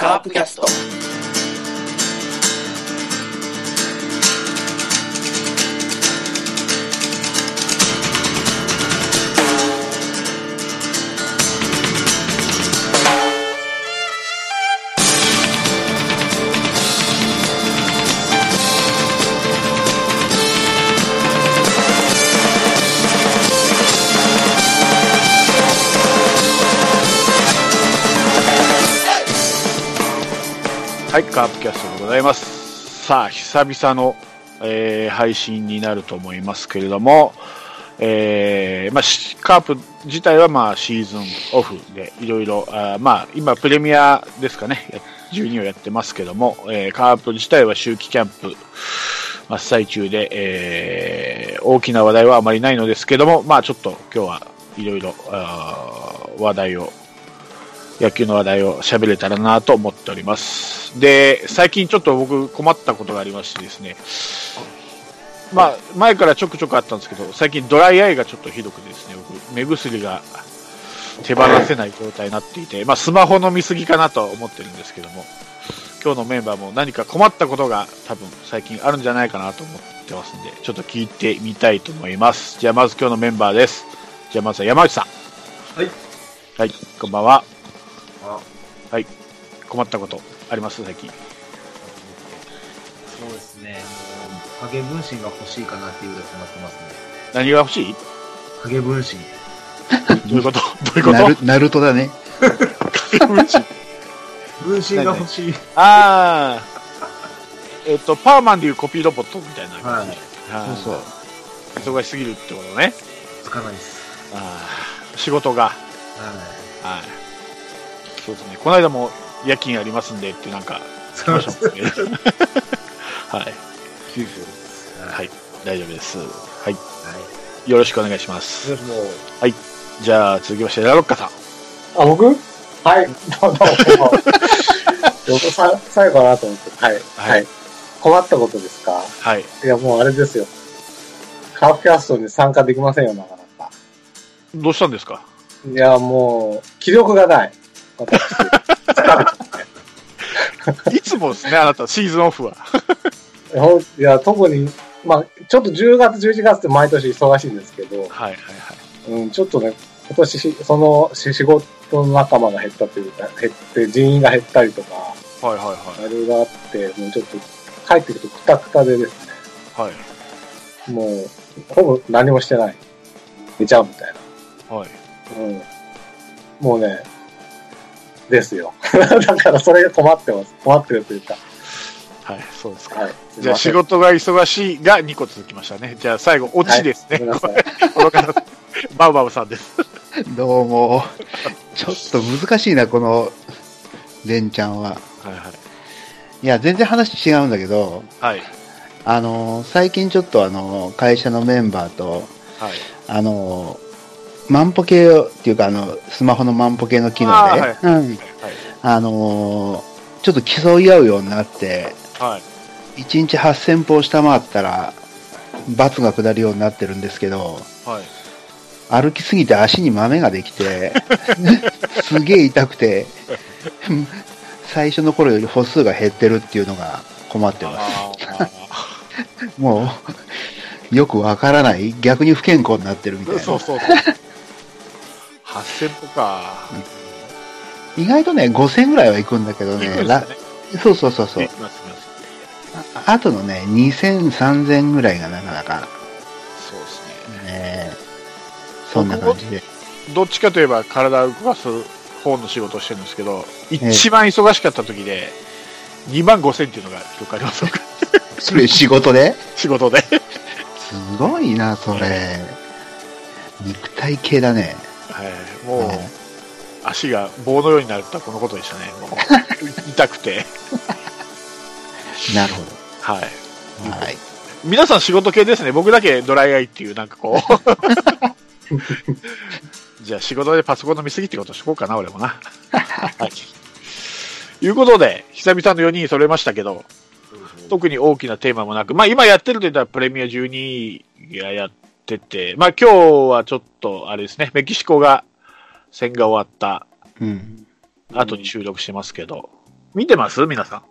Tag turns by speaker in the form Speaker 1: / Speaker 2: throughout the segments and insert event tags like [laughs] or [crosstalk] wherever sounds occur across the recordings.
Speaker 1: カープキャスト。
Speaker 2: はい、カープキャストでございます。さあ、久々の、えー配信になると思いますけれども、えーまあ、しカープ自体は、まあ、シーズンオフでいろいろ、あーまあ、今、プレミアですかね、や12をやってますけども、えーカープ自体は秋季キャンプ真っ最中で、えー大きな話題はあまりないのですけども、まあ、ちょっと今日はいろいろあー話題を野球の話題を喋れたらなと思っております。で、最近ちょっと僕困ったことがありましてですね、まあ、前からちょくちょくあったんですけど、最近ドライアイがちょっとひどくてですね、僕、目薬が手放せない状態になっていて、まあ、スマホの見過ぎかなとは思ってるんですけども、今日のメンバーも何か困ったことが多分最近あるんじゃないかなと思ってますんで、ちょっと聞いてみたいと思います。じゃあ、まず今日のメンバーです。じゃあ、まずは山内さん。
Speaker 3: はい。
Speaker 2: はい、こんばんは。
Speaker 3: あ、
Speaker 2: はい、困ったことあります最近。
Speaker 3: そうですね。もう影分身が欲しいかなっていうぐらい困ってますね。
Speaker 2: 何が欲しい？ [laughs]
Speaker 3: 影分身。
Speaker 2: どういう
Speaker 4: [laughs]
Speaker 2: こと？どういうこ
Speaker 4: ナ
Speaker 2: と
Speaker 4: ルナルトだね。？
Speaker 3: 分身が欲しい。
Speaker 2: ああ、えっとパーマンでいうコピーロボットみたいな
Speaker 3: は
Speaker 2: 感
Speaker 3: い
Speaker 2: じ。。は
Speaker 4: そうそう。
Speaker 2: い忙しすぎるってことね。
Speaker 3: つかないです。
Speaker 2: あー仕事が。
Speaker 3: はい。
Speaker 2: はい。そうですね。この間も夜勤ありますんでってなんか
Speaker 3: つ
Speaker 2: 言いま
Speaker 3: ま
Speaker 2: し
Speaker 3: した
Speaker 2: もんね
Speaker 4: [laughs]
Speaker 2: はい、
Speaker 4: 九州。
Speaker 3: た
Speaker 2: はい、大丈夫です。はい、
Speaker 3: はい。
Speaker 2: よろしくお願いします。
Speaker 3: よしもう、
Speaker 2: じゃあ続きましてラロッカさん。
Speaker 5: あ、僕はい、 [laughs] どうぞ。どうぞさ最後かなと思って。はい。
Speaker 2: はい
Speaker 5: はい。困ったことですか
Speaker 2: はい。
Speaker 5: いや、もうあれですよ。カープキャストに参加できませんよ、なかなか。
Speaker 2: どうしたんです
Speaker 4: [laughs]
Speaker 2: か？
Speaker 5: いや、もう、気力がない。私。疲れちゃって
Speaker 2: いつもですねあなたシーズンオフは。
Speaker 5: ほんいや、特に、まあ、ちょっと10月、11月って毎年忙しいんですけど、
Speaker 2: はいはいはい。
Speaker 5: うん、ちょっとね、今年し、その、し仕事の仲間が減ったというか、減って、人員が減ったりとか、
Speaker 2: はいはいはい
Speaker 5: あれがあって、もうちょっと、帰ってくるとくたくたでですね、
Speaker 2: はい
Speaker 5: もう、ほぼ何もしてない。寝ちゃうみたいな。
Speaker 2: はい
Speaker 5: うん。もうね、ですよ。 [laughs] だからそれが困ってます。困ってるというか。
Speaker 2: はいそうですか。
Speaker 5: はい。すい
Speaker 2: じゃあ
Speaker 5: ませ
Speaker 2: 仕
Speaker 5: ん
Speaker 2: 事が忙しいが2個続きましたね。じゃあ最後オチです
Speaker 5: ご
Speaker 2: ね。
Speaker 5: めんなさい。
Speaker 2: この方 [laughs] バウバウさんです。
Speaker 4: どうも。 [laughs] ちょっと難しいな、この、レンちゃんは。
Speaker 2: はいはい
Speaker 4: いや、全然話違うんだけど、
Speaker 2: はい
Speaker 4: あのー、最近ちょっとあのー、会社のメンバーと、
Speaker 2: はい。
Speaker 4: あのー、万歩計をっていうか、あの、スマホの万歩計の機能で、
Speaker 2: あ
Speaker 4: うん。あのー、ちょっと競い合うようになって、
Speaker 2: はい
Speaker 4: 1日8000歩を下回ったら、罰が下るようになってるんですけど、
Speaker 2: はい
Speaker 4: 歩きすぎて足に豆ができて、 [laughs] すげえ痛くて、最初の頃より歩数が減ってるっていうのが困ってま
Speaker 2: あー
Speaker 4: す。もう、よくわからない、逆に不健康になってるみたいな。
Speaker 2: そうそうそう。8000歩か。
Speaker 4: 意外とね、5000ぐらいは行くんだけど
Speaker 2: 行く
Speaker 4: ね、
Speaker 2: ん
Speaker 4: ら
Speaker 2: ですね
Speaker 4: そうそうそうそう
Speaker 2: 行。きます行きます
Speaker 4: ああとのね、2000、3000ぐらいがなかなか、
Speaker 2: そうです
Speaker 4: ね、そんな感じで。
Speaker 2: ね。どっちかといえば体を動かす方の仕事をしてるんですけど、一番忙しかった時で2万5000っていうのが記録あります僕
Speaker 4: それ仕事で
Speaker 2: 仕事で。
Speaker 4: すごいな、それ。肉体系だね。
Speaker 2: はい、もう、
Speaker 4: はい
Speaker 2: 足が棒のようになったこのことでしたね、もう [laughs] 痛くて、
Speaker 4: なるほど。
Speaker 2: はい、
Speaker 4: はい。
Speaker 2: 皆さん仕事系ですね、僕だけドライアイっていう、なんか
Speaker 4: [laughs]
Speaker 2: こう、じゃあ仕事でパソコンの見過ぎってことしこうかな、俺もな。はい、いうことで、久々の4人揃えましたけど、特に大きなテーマもなく、まあ今やってると言ったらプレミア12がやってて、まあ今日はちょっとあれですね、メキシコが戦が終わった
Speaker 4: うん。
Speaker 2: 後に収録してますけど。見てます皆さ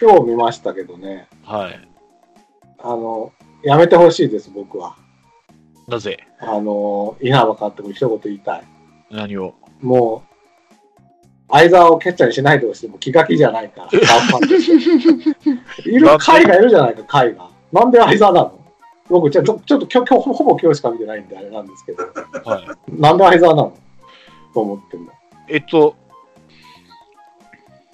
Speaker 5: 今日見ましたけどね、
Speaker 2: ん。はい。
Speaker 5: あの、やめてほしいです、僕は。
Speaker 2: なぜ
Speaker 5: あの、稲葉監督に一言言いたい。
Speaker 2: 何を
Speaker 5: もう、相沢をキャッチャーにしないでほしい。もう気が気じゃないから、頑張って。いる、海がいるじゃないか、海が。なんで相沢なの僕、じゃあちょちょっと今日、今日ほぼ今日しか見てないんで、あれなんですけど、
Speaker 2: はい。 [laughs]
Speaker 5: なんで相沢なのと思ってんの。
Speaker 2: えっと、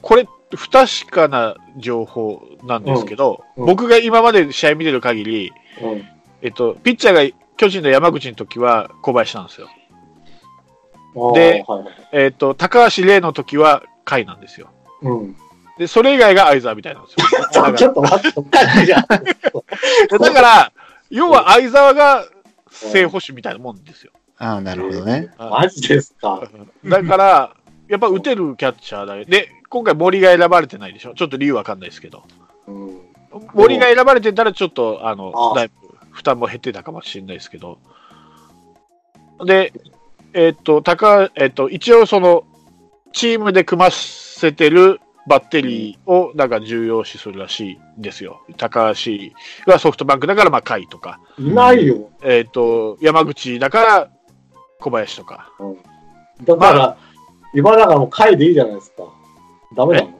Speaker 2: これ、不確かな情報なんですけど、
Speaker 5: うんうん
Speaker 2: 僕が今まで試合見てる限り、
Speaker 5: うん。
Speaker 2: えっと、ピッチャーが巨人の山口の時は小林なんですよ。
Speaker 5: あー
Speaker 2: で
Speaker 5: はいはい、
Speaker 2: えっと、高橋玲の時は甲斐なんですよ。
Speaker 5: うん。
Speaker 2: で、それ以外が相沢みたいなんですよ。
Speaker 5: [laughs] ちょちょっと待って、おかしいじゃん。
Speaker 2: だから、要は相沢が正捕手みたいなもんですよ。
Speaker 4: ああ、なるほどね。
Speaker 5: マジですか。
Speaker 2: だから、やっぱ打てるキャッチャーだよ。で、今回森が選ばれてないでしょ。ちょっと理由わかんないですけど。
Speaker 5: うん。
Speaker 2: 森が選ばれてたら、ちょっと、あの、
Speaker 5: ああ
Speaker 2: だいぶ負担も減ってたかもしれないですけど。で、えっと、高、えっと、一応その、チームで組ませてるバッテリーを、なんか重要視するらしいんですよ。高橋がソフトバンクだから、まあ、甲斐とか。
Speaker 5: いないよ。
Speaker 2: えっ、と、山口だから小林とか。
Speaker 5: だから、今永も書いでいいじゃないですか。ダメなの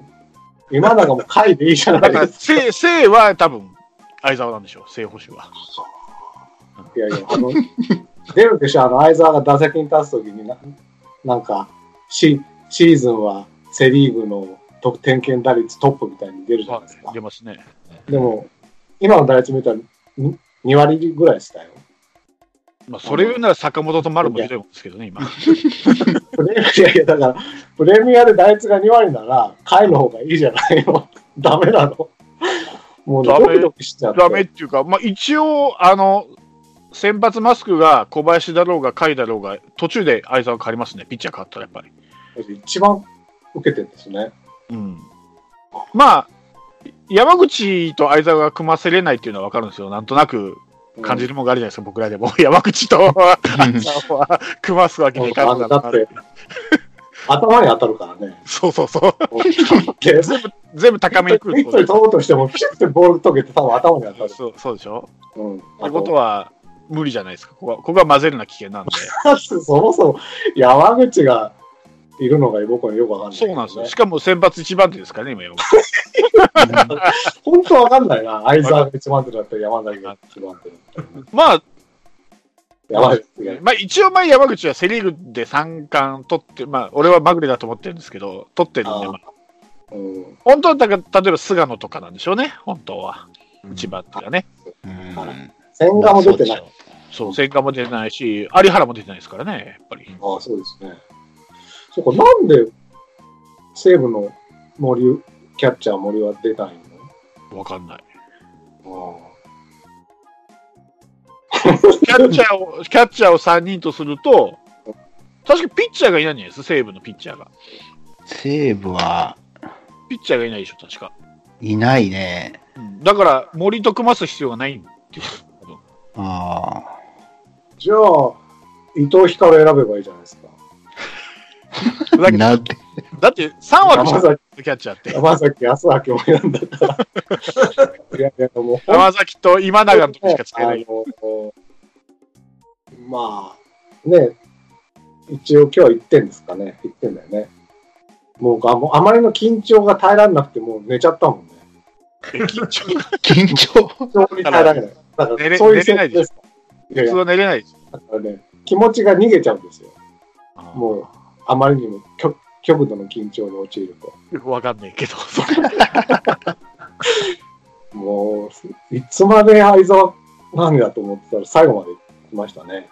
Speaker 5: 今永も書いでいいじゃな
Speaker 2: だ
Speaker 5: い
Speaker 2: から、
Speaker 5: ですか。
Speaker 2: [laughs] せい、せいは多分、相沢なんでしょう、正捕手は。
Speaker 5: いやいや、あの、出るでしょ、あの、相沢が打席に立つときにな、なんか、シシーズンはセ・リーグの得点圏打率トップみたいに出るじゃないですか
Speaker 2: 出。ますね。
Speaker 5: でも、今の打率見たら、2割ぐらいした
Speaker 2: [laughs]
Speaker 5: よ。
Speaker 2: まあ、それ言うなら坂本と丸もひどいもんですけどね、 [laughs] 今。
Speaker 5: プレミア、いやいや、だから、プレミアで打率が2割なら、下位の方がいいじゃないの。 [laughs] ダメなの。もうね
Speaker 2: ダメ
Speaker 5: ドキドキしちゃって。
Speaker 2: ダメっていうか、まあ、一応、あの、先発マスクが小林だろうが甲斐だろうが、途中で相沢変わりますね、ピッチャー変わったらやっぱり。
Speaker 5: 一番受けてるんですね。
Speaker 2: うん。まあ、山口と相沢が組ませれないっていうのは分かるんですよ。なんとなく感じ
Speaker 5: る。
Speaker 2: るもんがあるじゃないですか、僕らでも。 [laughs] 山口と
Speaker 4: うん
Speaker 2: さんは組ますわけにいか
Speaker 5: あ
Speaker 2: ん
Speaker 5: の
Speaker 2: だろ
Speaker 5: だ
Speaker 2: [laughs]
Speaker 5: って、頭に当たるからね。
Speaker 2: そうそうそう。 [laughs]
Speaker 5: で、
Speaker 2: 全部、全部高めに来るって
Speaker 5: ピッ
Speaker 2: ことでし
Speaker 5: トに飛ぼうとしても、ピュッてボール溶けて、多分頭に当
Speaker 2: ょ
Speaker 5: たる。
Speaker 2: そうそうでしょ
Speaker 5: うん。っ
Speaker 2: ってことは、無理じゃないですか。ここは、ここは混ぜるのは危険なんで。
Speaker 5: [laughs] そもそも山口がいるのが僕はよくわかんな
Speaker 2: [laughs]
Speaker 5: い、
Speaker 2: そうなんですよ。しかも先発一番手ですからね、今山口。
Speaker 5: 本当わかんないな。相沢が一番手だったり、山崎が一番手だったり。
Speaker 2: まあ、
Speaker 5: 山口が
Speaker 2: まあ、一応前山口はセ・リーグで3冠取って、まあ、俺はまぐれだと思ってるんですけど、取ってるんで、
Speaker 5: あー
Speaker 2: まあ、
Speaker 5: うん
Speaker 2: 本当はだから、例えば菅野とかなんでしょうね、本当は。一番手がね。
Speaker 4: うん
Speaker 5: 千賀も出てない。
Speaker 2: そう、千賀も出てないし、有原も出てないですからね、やっぱり。
Speaker 5: ああ、そうですね。そこなんで西武の森、キャッチャー森は出ない
Speaker 2: わかんない。
Speaker 5: の
Speaker 2: キャッチャー [laughs] を、キャッチャーを3人とすると、確かピッチャーがいないんじゃないですか、西武のピッチャーが。
Speaker 4: 西武は
Speaker 2: ピッチャーがいないでしょ、確か。
Speaker 4: いないね。
Speaker 2: だから、森と組ます必要がないんです。
Speaker 4: あ
Speaker 5: じゃあ、伊藤光選べばいいじゃないですか。
Speaker 4: あ。
Speaker 2: だけど
Speaker 4: なって。
Speaker 2: だって、3割しか
Speaker 5: 山崎
Speaker 2: キャッチャーって。
Speaker 5: 山崎康明もいるんだ
Speaker 2: [laughs]
Speaker 5: から。いやいや、もう本当に
Speaker 2: 山崎と今永の時しか使えない。
Speaker 5: あのまあ、ね、一応今日は1点ですかね。1点だよね。もうがもうあまりの緊張が耐えられなくて、もう寝ちゃったもんね。
Speaker 2: 緊張
Speaker 4: 緊張。
Speaker 5: 緊張に耐えられない。だか
Speaker 2: 寝れ
Speaker 5: ら、そうい
Speaker 2: 寝
Speaker 5: う
Speaker 2: れないで
Speaker 5: 設定
Speaker 2: しょ
Speaker 5: です。いや
Speaker 2: 普
Speaker 5: いや
Speaker 2: 通は寝れないです。
Speaker 5: だからね、気持ちが逃げちゃうんですよ。もう、あまりにも極極度の緊張に陥ると。
Speaker 2: わかんないけど。 [laughs]
Speaker 5: もう、いつまで相沢なんだと思ってたら、最後まで来ましたね。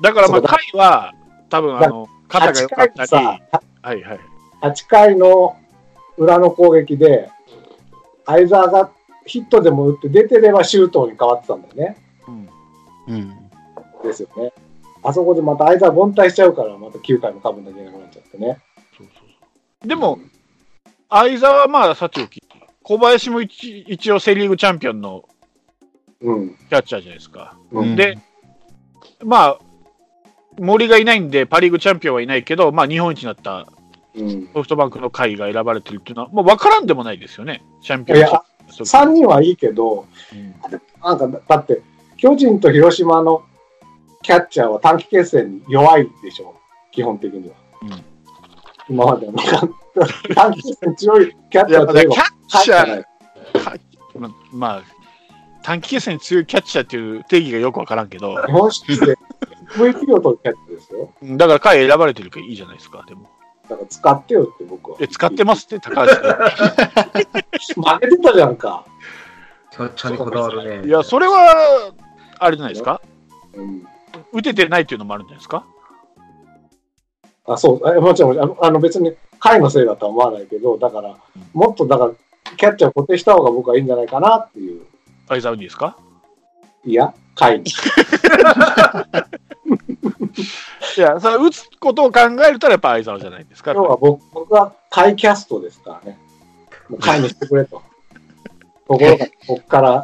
Speaker 2: だから、ま
Speaker 5: そ
Speaker 2: あ、
Speaker 5: うだ
Speaker 2: 回は、多分、あの、肩が良
Speaker 5: 8
Speaker 2: かっ
Speaker 5: 回
Speaker 2: たり、
Speaker 5: さ、
Speaker 2: はいはい。
Speaker 5: 8回の裏の攻撃で、相沢がヒットでも打って出てればシュートに変わってたんだよね。
Speaker 2: うん
Speaker 4: うん。
Speaker 5: ですよね。あそこでまた相沢凡退しちゃうから、また9回もかぶんなきゃいけなくなっちゃってね。
Speaker 2: そうそうそうでも、相沢はまあ、さておき、小林も一一応セ・リーグチャンピオンの
Speaker 5: う
Speaker 2: キ
Speaker 5: ん、
Speaker 2: ャッチャーじゃないですか。
Speaker 5: うん
Speaker 2: で、まあ、森がいないんで、パ・リーグチャンピオンはいないけど、まあ、日本一になった
Speaker 5: うん。
Speaker 2: ソフトバンクの会が選ばれてるっていうのは、もう分からんでもないですよね、チャンピオン
Speaker 5: い
Speaker 2: シ
Speaker 5: や
Speaker 2: ップそう
Speaker 5: 3人はいいけど、
Speaker 2: うん
Speaker 5: なんか、だって、巨人と広島のキャッチャーは短期決戦に弱いでしょ、基本的には。
Speaker 2: うん
Speaker 5: 今までの短期決戦強いキャッ
Speaker 2: い
Speaker 5: チャ
Speaker 2: やだ
Speaker 5: ーと
Speaker 2: か
Speaker 5: いえ
Speaker 2: ら
Speaker 5: ば
Speaker 2: キャッチ
Speaker 5: 勝っ
Speaker 2: ャ
Speaker 5: てない
Speaker 2: ー、ままあ、短期決戦に強いキャッチャーっていう定義がよく分からんけど、
Speaker 5: 日本シリーズで VP を取るキャッチャーですよ。
Speaker 2: だから会選ばれてるからいいじゃないですか、でも。
Speaker 5: だから使ってよって僕は。
Speaker 2: え、使ってますって、高橋さ
Speaker 5: 負けてたじゃんか。
Speaker 3: キャッチャーにこだわる
Speaker 2: ん。
Speaker 3: ね。
Speaker 2: いや、それは、あれじゃないですか、
Speaker 5: うん
Speaker 2: 打ててないっていうのもあるんじゃないですか。
Speaker 5: あそうえもちろんあのあの別に彼のせいだとは思わないけどだからもっとだからキャッチャーを固定した方が僕はいいんじゃないかなっていう
Speaker 2: 相沢にですか
Speaker 5: いや彼に
Speaker 2: いや、それ打つことを考えると、やっぱ相沢じゃないですか。
Speaker 5: 今日は僕僕は甲斐キャストですからねもう甲斐にしてくれとところ [laughs] がこっからん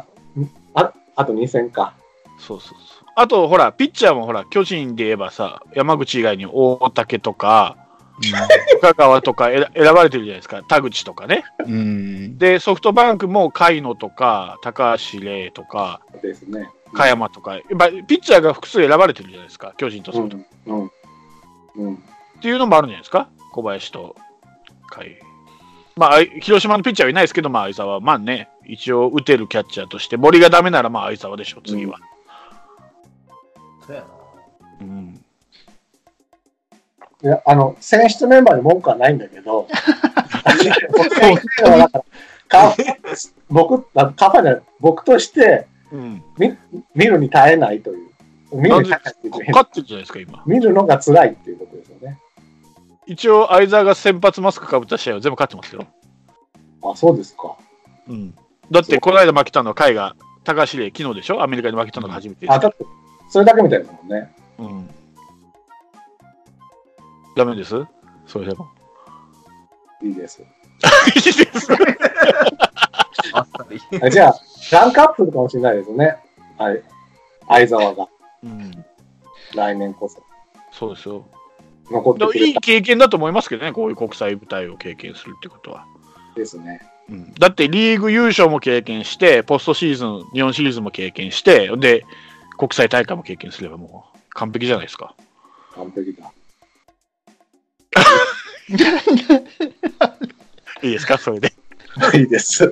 Speaker 5: ああと2戦か
Speaker 2: そうそうそう。あと、ほら、ピッチャーもほら、巨人で言えばさ、山口以外に大竹とか、深川とか選選ばれてるじゃないですか、田口とかね。
Speaker 4: うん。
Speaker 2: で、ソフトバンクも甲斐野とか、高橋礼とか、
Speaker 5: ですね
Speaker 2: 加山とか、やっぱピッチャーが複数選ばれてるじゃないですか、巨人とソ
Speaker 5: う
Speaker 2: フト。
Speaker 5: んうんうん
Speaker 2: っていうのもあるんじゃないですか、小林と甲斐。まあ、あい広島のピッチャーはいないですけど、まあ、相沢は、まあね、一応打てるキャッチャーとして、森がダメなら、まあ、相沢でしょ、次は。
Speaker 3: そうやな。
Speaker 2: うん。
Speaker 5: いやあの選出メンバーに文句はないんだけど僕が言いたいのはだからか僕あカファじゃない僕として
Speaker 2: うん。
Speaker 5: 見るに耐えないという。見るに耐えないって言うと変
Speaker 2: 勝ってるじゃないですか、今。
Speaker 5: 見るのが辛いっていうことですよね。
Speaker 2: 一応、相沢が先発マスクかぶった試合は全部勝ってますよ。
Speaker 5: あ、そうですか。
Speaker 2: うん。だって、この間負けたのは甲斐が、高橋礼、昨日でしょアメリカに負けたのが初めてです
Speaker 5: あ、だって、それだけみたいですもんね。
Speaker 2: うん。ダメですそれでも。
Speaker 5: いいです。
Speaker 2: いいです。
Speaker 3: あっさり。
Speaker 5: [laughs] あじゃあ、ランクアップするかもしれないですね。はい。相沢が
Speaker 2: うん。
Speaker 5: 来年こそ
Speaker 2: そうですよ。
Speaker 5: 残って
Speaker 2: でも
Speaker 5: く
Speaker 2: い
Speaker 5: れ
Speaker 2: い
Speaker 5: た
Speaker 2: 経験だと思いますけどね、こういう国際舞台を経験するってことは。
Speaker 5: んですね。
Speaker 2: うん、だってリーグ優勝も経験して、ポストシーズン、日本シリーズも経験して、で、国際大会も経験すればもう完璧じゃないですか。
Speaker 5: 完璧だ。 [laughs]
Speaker 2: いいですか、それで。
Speaker 5: いいです。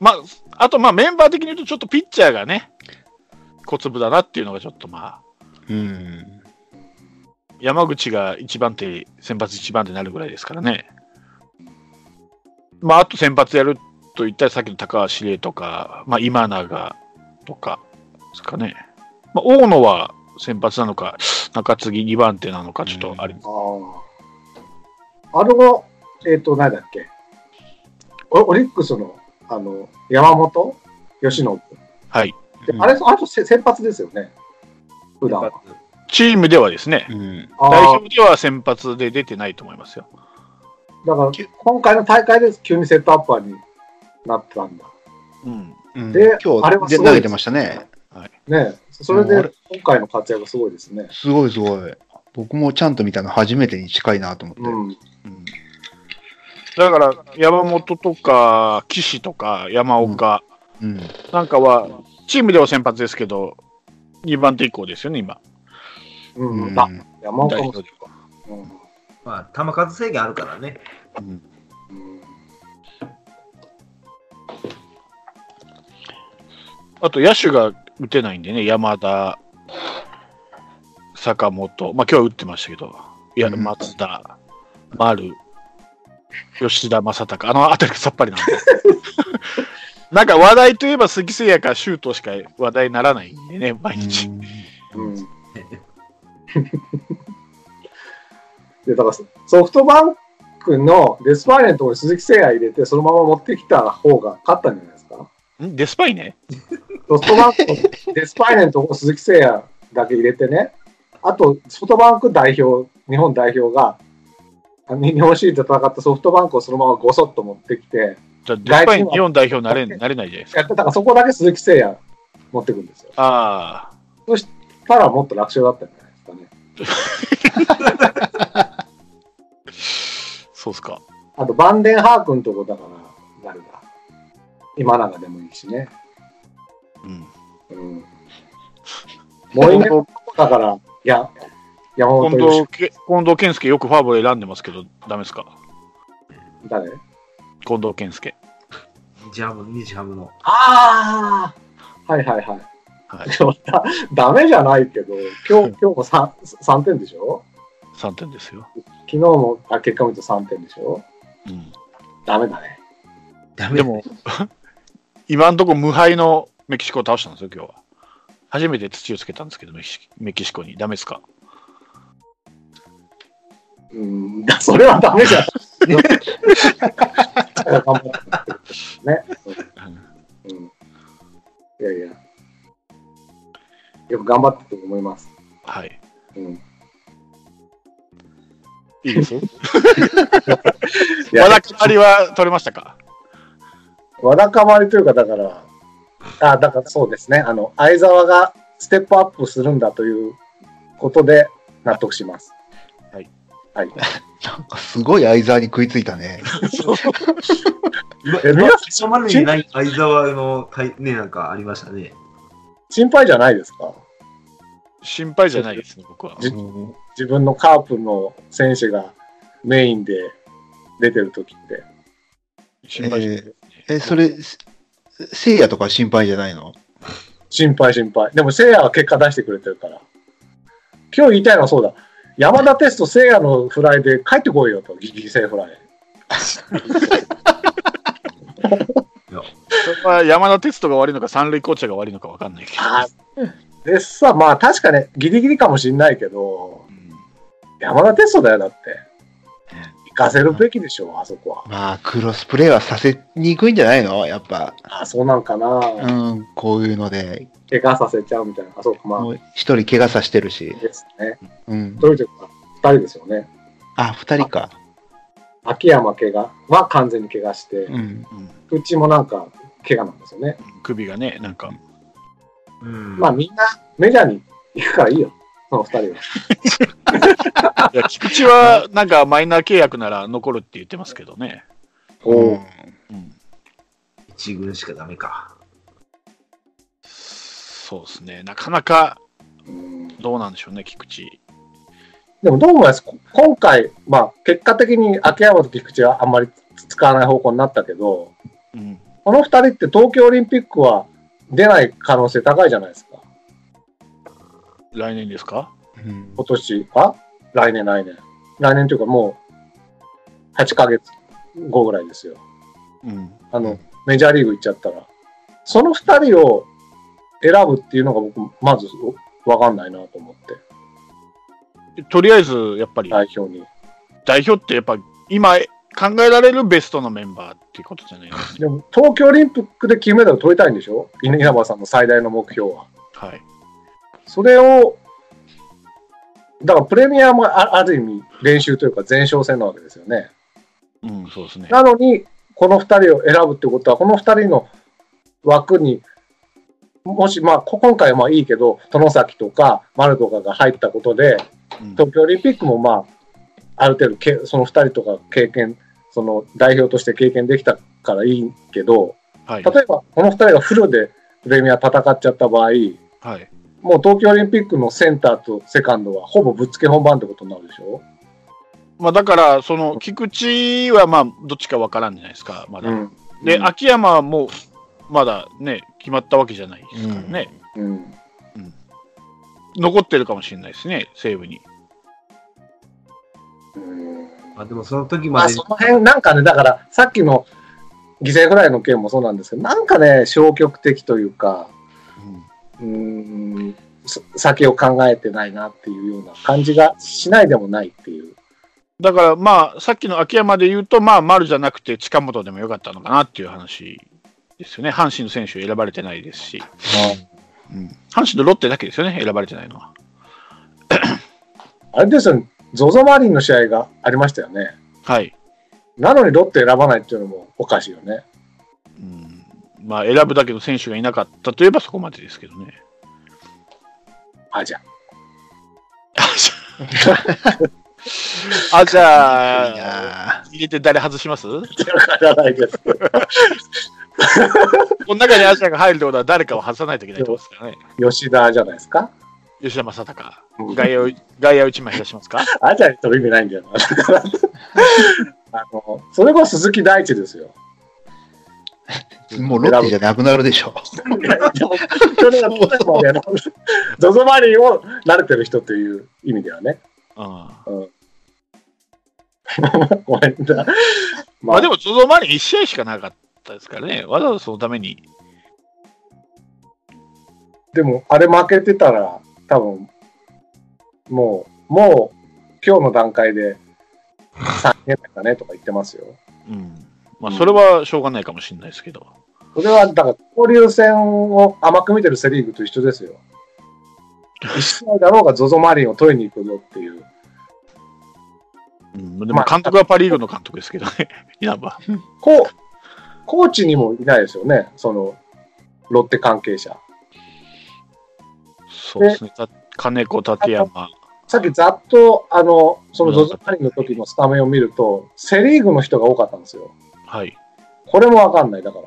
Speaker 2: まあ、あと、まあ、メンバー的に言うと、ちょっとピッチャーがね、小粒だなっていうのがちょっとまあ、
Speaker 4: うん。
Speaker 2: 山口が1番手、先発1番手になるぐらいですからね。まあ、あと先発やると言ったら、さっきの高橋礼とか、まあ、今永とかですかね。まあ、大野は先発なのか、中継ぎ2番手なのか、ちょっとあれ、
Speaker 5: ああ。あの、えっ、と、なんだっけ。オオリックスの、あの、山本吉野。
Speaker 2: はい。
Speaker 5: であれ、あとせ先発ですよね。普段は。
Speaker 2: チームではですね、
Speaker 4: うん。
Speaker 2: 代
Speaker 5: ああ、
Speaker 2: 表では先発で出てないと思いますよ。
Speaker 5: だから今回の大会で急にセットアッパーになったんだ。
Speaker 2: うん。
Speaker 4: うん
Speaker 5: であれ
Speaker 4: 今
Speaker 5: はすごい
Speaker 4: 日で
Speaker 5: です
Speaker 4: 投げてましたね。
Speaker 5: ねえそれ
Speaker 4: うんあれ
Speaker 5: で今回の活躍すごいですね。
Speaker 4: すごいすごい。僕もちゃんと見たの初めてに近いなと思って。
Speaker 5: うん。
Speaker 2: うんだから、山本とか、岸とか、山岡、
Speaker 4: うん。
Speaker 2: なんかは、チームでは先発ですけど、2番手以降ですよね、今。
Speaker 5: うん。
Speaker 4: うん
Speaker 5: だ山岡
Speaker 2: 代
Speaker 5: も
Speaker 2: 表。では
Speaker 5: うん
Speaker 3: まあ、球数制限あるからね。
Speaker 2: うん
Speaker 5: うん
Speaker 2: あと、野手が打てないんでね、山田、坂本、まあ今日は打ってましたけど、いや、
Speaker 4: うん
Speaker 2: 松田、丸、吉田正尚、あの辺りがさっぱりなん [laughs] で。なんか話題といえば杉誠也か周東しか話題にならないんでね、毎日。
Speaker 5: うん。で、だからソフトバンクのデスパイネのところに鈴木誠也入れて、そのまま持ってきた方が勝ったんじゃないですか。
Speaker 2: んデスパイね。
Speaker 5: ソフトバンクのデスパイネのところ鈴木誠也だけ入れてね、あとソフトバンク代表、日本代表が、あ日本シリーズで戦ったソフトバンクをそのままごそっと持ってきて、
Speaker 2: じゃあデスパイ日本代表になれなれないじゃないです
Speaker 5: やっ
Speaker 2: か。
Speaker 5: てたからそこだけ鈴木誠也持ってくんですよ。
Speaker 2: ああ。
Speaker 5: そしたらもっと楽勝だったんじゃないですかね。
Speaker 2: そうっすか。
Speaker 5: あと、バンデンハークのとこだから、誰だ。今永でもいいしね。
Speaker 2: うん。
Speaker 5: うん。モイネロだから、いや、山
Speaker 2: 近
Speaker 5: 本由
Speaker 2: 藤け、近藤健介よくファーボー選んでますけど、ダメですか
Speaker 5: 誰
Speaker 2: 近藤健介。
Speaker 3: ジャム、ミジャムの。
Speaker 5: ああはいはいはい。
Speaker 2: はい。 [laughs]
Speaker 5: ダメじゃないけど、今日、今日も 3, 三点でしょ
Speaker 2: 3点ですよ。
Speaker 5: 昨日も、あ、結果見ると3点でしょ
Speaker 2: うん。
Speaker 5: ダメだね。
Speaker 3: ダメ
Speaker 2: で
Speaker 3: だ
Speaker 2: も、今んとこ無敗のメキシコを倒したんですよ、今日は。初めて土をつけたんですけど、メキシメキシコに。ダメですか
Speaker 5: うん、だそれはダ
Speaker 2: [laughs]
Speaker 5: メじゃん。 [laughs] 頑張ったね。うん。いやいや。よく頑張ったと思います。
Speaker 2: はい。
Speaker 5: うん。
Speaker 2: いいですよ。
Speaker 5: いや
Speaker 2: 和田かわりは取れましたか
Speaker 5: わだかまりというか、だから、あ、だからそうですね。あの、相沢がステップアップするんだということで納得します。
Speaker 2: はい。
Speaker 5: はい。
Speaker 4: なんかすごい相沢に食いついたね。
Speaker 5: え
Speaker 3: 今そこまでにない相沢の対、ね、なんかありましたね。
Speaker 5: 心配じゃないですか
Speaker 2: 心配じゃないですね、僕は。
Speaker 5: じ自分のカープの選手がメインで出てる時って。
Speaker 2: 心配じゃないですね
Speaker 4: え、それ、せせいやとか心配じゃないの
Speaker 5: 心配心配。でも、聖夜は結果出してくれてるから。今日言いたいのはそうだ。山田テスト聖夜のフライで帰ってこいよと、ギリ犠牲フライ。
Speaker 2: それは山田哲人が悪いのか、三塁コーチャーが悪いのか分かんないけど。
Speaker 5: でさ、まあ確かね、ギリギリかもしんないけど、山田テストだよ、だって。行かせるべきでしょ、あそこは。
Speaker 4: まあ、クロスプレーはさせにくいんじゃないのやっぱ。
Speaker 5: あ、そうなんかな。
Speaker 4: うん、こういうので、
Speaker 5: 怪我させちゃうみたいな。あ、そうか、ま
Speaker 4: も
Speaker 5: あ、
Speaker 4: う一人怪我さしてるし。
Speaker 5: ですね。
Speaker 4: うん。
Speaker 5: どういう時か、2人ですよね。
Speaker 4: あ、二人か。
Speaker 5: 秋山怪我は完全に怪我して、
Speaker 4: うん。
Speaker 2: うん
Speaker 5: うちもなんか怪我なんですよね。
Speaker 2: 首がね、なんか、
Speaker 3: うん。
Speaker 5: まあみんなメジャーに行くからいいよ、その2人は。
Speaker 2: いや菊池はなんかマイナー契約なら残るって言ってますけどね。
Speaker 5: お
Speaker 4: うん
Speaker 2: うん、
Speaker 3: 一軍しかダメか。
Speaker 2: そうですね、なかなか
Speaker 5: うん
Speaker 2: どうなんでしょうね、菊池。
Speaker 5: でもどう思いますこ今回、まあ、結果的に秋山と菊池はあんまり使わない方向になったけど、
Speaker 2: うん、
Speaker 5: この2人って東京オリンピックは出ない可能性高いじゃないですか、
Speaker 2: 来年ですか
Speaker 4: うん
Speaker 5: 今年か、来年、来年。来年というか、もう8ヶ月後ぐらいですよ。
Speaker 2: うん。
Speaker 5: あの、
Speaker 4: うん
Speaker 5: メジャーリーグ行っちゃったら。その2人を選ぶっていうのが僕、まず分かんないなと思って、
Speaker 2: とりあえず、やっぱり
Speaker 5: 代表に。
Speaker 2: 代表って、やっぱ今考えられるベストのメンバーっていうことじゃないですか、
Speaker 5: でも、東京オリンピックで金メダル取りたいんでしょ稲稲葉さんの最大の目標は。
Speaker 2: はい。
Speaker 5: それを、だからプレミアもあある意味練習というか前哨戦なわけですよね。
Speaker 2: うん、そうですね。
Speaker 5: なのに、この2人を選ぶってことは、この2人の枠に、もし、まあ、こ今回はまあいいけど、殿崎とか丸とかが入ったことで、
Speaker 2: うん
Speaker 5: 東京オリンピックもまあ、ある程度け、その2人とか経験、その代表として経験できたからいいけど、
Speaker 2: はい
Speaker 5: 例。えばこの2人がフルでプレミア戦っちゃった場合、
Speaker 2: はい。
Speaker 5: もう東京オリンピックのセンターとセカンドはほぼぶっつけ本番ってことになるでしょ、
Speaker 2: まあ、だから、その菊池はまあどっちかわからんじゃないですか、まだ。
Speaker 5: ん、
Speaker 2: で、
Speaker 5: うん
Speaker 2: 秋山はもうまだね、決まったわけじゃないですからね。
Speaker 5: うん、
Speaker 2: 残ってるかもしれないですね、西武に。
Speaker 5: うん
Speaker 3: まあでもその時
Speaker 5: ま
Speaker 3: ま
Speaker 5: あ
Speaker 3: で
Speaker 5: その辺なんかね、だからさっきの犠牲フライの件もそうなんですけど、なんかね、消極的というか、うん、さ先を考えてないなっていうような感じがしないでもないっていう。
Speaker 2: だから、まあ、さっきの秋山で言うと、まあ、丸じゃなくて近本でもよかったのかなっていう話ですよね。阪神の選手選ばれてないですし、うん阪神のロッテだけですよね、選ばれてないのは。
Speaker 5: あれですよね、ZOZO マリンの試合がありましたよね。
Speaker 2: はい。
Speaker 5: なのにロッテ選ばないっていうのもおかしいよね。
Speaker 4: [laughs]
Speaker 2: うんまあ、選ぶだけの選手がいなかったといえばそこまでですけどね。
Speaker 5: アジャ。
Speaker 2: あ、じ
Speaker 4: いい
Speaker 2: ゃあ、
Speaker 4: なぁ
Speaker 2: 入れて誰外しますこ
Speaker 5: じゃないです。
Speaker 2: の中にアジャが入るってことは誰かを外さないといけないってことですからね。
Speaker 5: 吉田じゃないですか。
Speaker 2: 吉田正尚。外野を、外野を一枚減らしますか
Speaker 5: アジャに飛び意味ないんだ [laughs] よな。あの、それこそ鈴木大地ですよ。
Speaker 4: もうロッテじゃなくなるでしょ。
Speaker 5: でも去年のトップまでの ZOZO マリンを慣れてる人という意味ではね。
Speaker 2: うん。
Speaker 5: ごめんな。
Speaker 2: ま
Speaker 5: ま
Speaker 2: あ
Speaker 5: あ
Speaker 2: で
Speaker 5: でも、
Speaker 2: も、その前に1試合しかなかったですからね。わざわざそのために。
Speaker 5: でもあれ負けてたら、多分もう、もう、今日の段階で、3年だねとか言ってますよ。
Speaker 2: うん。まあ、それはしょうがないかもしれないですけど。
Speaker 5: それは、だから、交流戦を甘く見てるセ・リーグと一緒ですよ。一試合だろうが ZOZO マリンを取りに行くのっていう。
Speaker 2: うん。でも、監督はパ・リーグの監督ですけどね。 [laughs] 稲葉。
Speaker 5: こう、コーチにもいないですよね、その、ロッテ関係者。
Speaker 2: そうですね。た金子、立山。
Speaker 5: さっきざっと、あの、その
Speaker 2: うん
Speaker 5: ZOZO マリンの時のスタメンを見ると、セ・リーグの人が多かったんですよ。
Speaker 2: はい。
Speaker 5: これもわかんない、だから。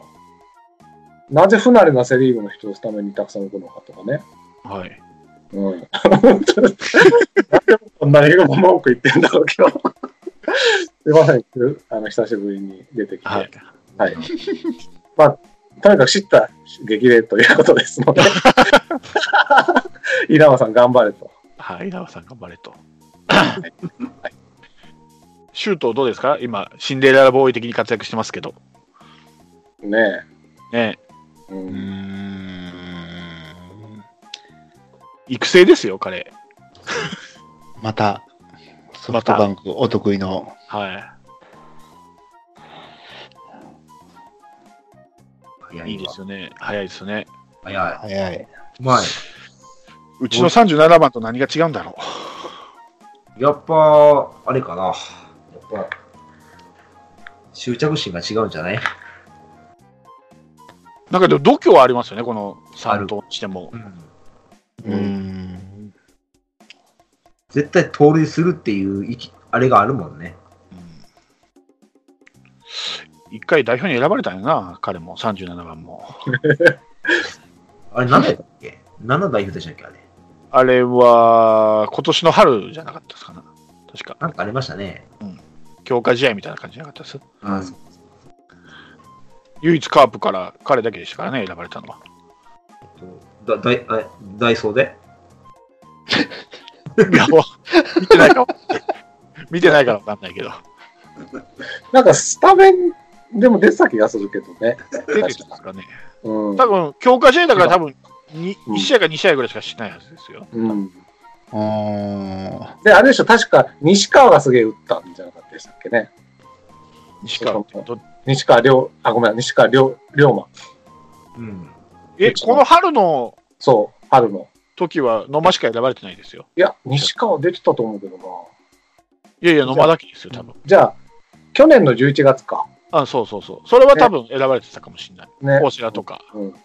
Speaker 5: なぜ不慣れなセ・リーグの人をスタメンにたくさん置くのかとかね。
Speaker 2: はい。
Speaker 5: うん。なんでこんな英語も文句言ってんだろう、今日。すいません、あの、久しぶりに出てきて。
Speaker 2: はい。
Speaker 5: はいまあ、とにかく知った激励ということですので。稲葉さん頑張れと。
Speaker 2: はい、稲葉さん頑張れと。 [laughs] シュートどうですか今、シンデレラボーイ的に活躍してますけど。
Speaker 5: ね
Speaker 2: ね
Speaker 5: え。う、
Speaker 4: うんん。
Speaker 2: 育成ですよ、彼。
Speaker 4: また、ソフトバンクお得意の。
Speaker 2: はい。
Speaker 3: 早
Speaker 2: いい
Speaker 3: い
Speaker 2: で
Speaker 3: わ
Speaker 2: すよね。早いですよね。
Speaker 3: 早い。
Speaker 4: 早い。
Speaker 3: うまい。
Speaker 2: うちの37番と何が違うんだろ。
Speaker 3: やっぱ、あれかな。やっぱ、執着心が違うんじゃないう
Speaker 2: なんかでも度胸はありますよね、この3頭にしても。
Speaker 3: うん。
Speaker 4: うん。
Speaker 3: 絶対盗塁するっていう意気、あれがあるもんね。
Speaker 2: 一回代表に選ばれたんやな、彼も、37番も。
Speaker 3: あれ、何だったっけ ?7 代表でしたっけあれ。
Speaker 2: あれは、今年の春じゃなかったですかな。確か、
Speaker 3: なんかありましたね。
Speaker 2: 強化試合みたいな感じじゃなかったです。
Speaker 3: あそう
Speaker 2: 唯一カープから彼だけでしたからね、選ばれたのは。
Speaker 3: だだいあダイソーで
Speaker 2: いや、もう見てないかも。見てないから分かんないけど。
Speaker 5: なんかスタメンでも出てた気がするけどね。
Speaker 2: 出てるんですかね。
Speaker 5: うん。
Speaker 2: 多分、強化試合だから多分、に
Speaker 5: うん
Speaker 2: 1試合か2試合ぐらいしかしないはずですよ。
Speaker 5: うん、
Speaker 4: うーん。
Speaker 5: で、あれでしょ、確か西川がすげえ打ったんじゃなかったでしたっけね。
Speaker 2: 西川ってど
Speaker 5: 西川亮、あ、ごめん、西川亮、亮馬。
Speaker 3: うん。
Speaker 2: え、この春の
Speaker 5: そう、春の。
Speaker 2: 時は野間しか選ばれてないですよ。
Speaker 5: いや、西川出てたと思うけどな。
Speaker 2: いやいや、野間だけですよ、多分。
Speaker 5: じゃあ、去年の11月か。
Speaker 2: あ、そうそうそう。それは多分選ばれてたかもしれない。
Speaker 5: ね。
Speaker 2: 大白とか。
Speaker 5: うん。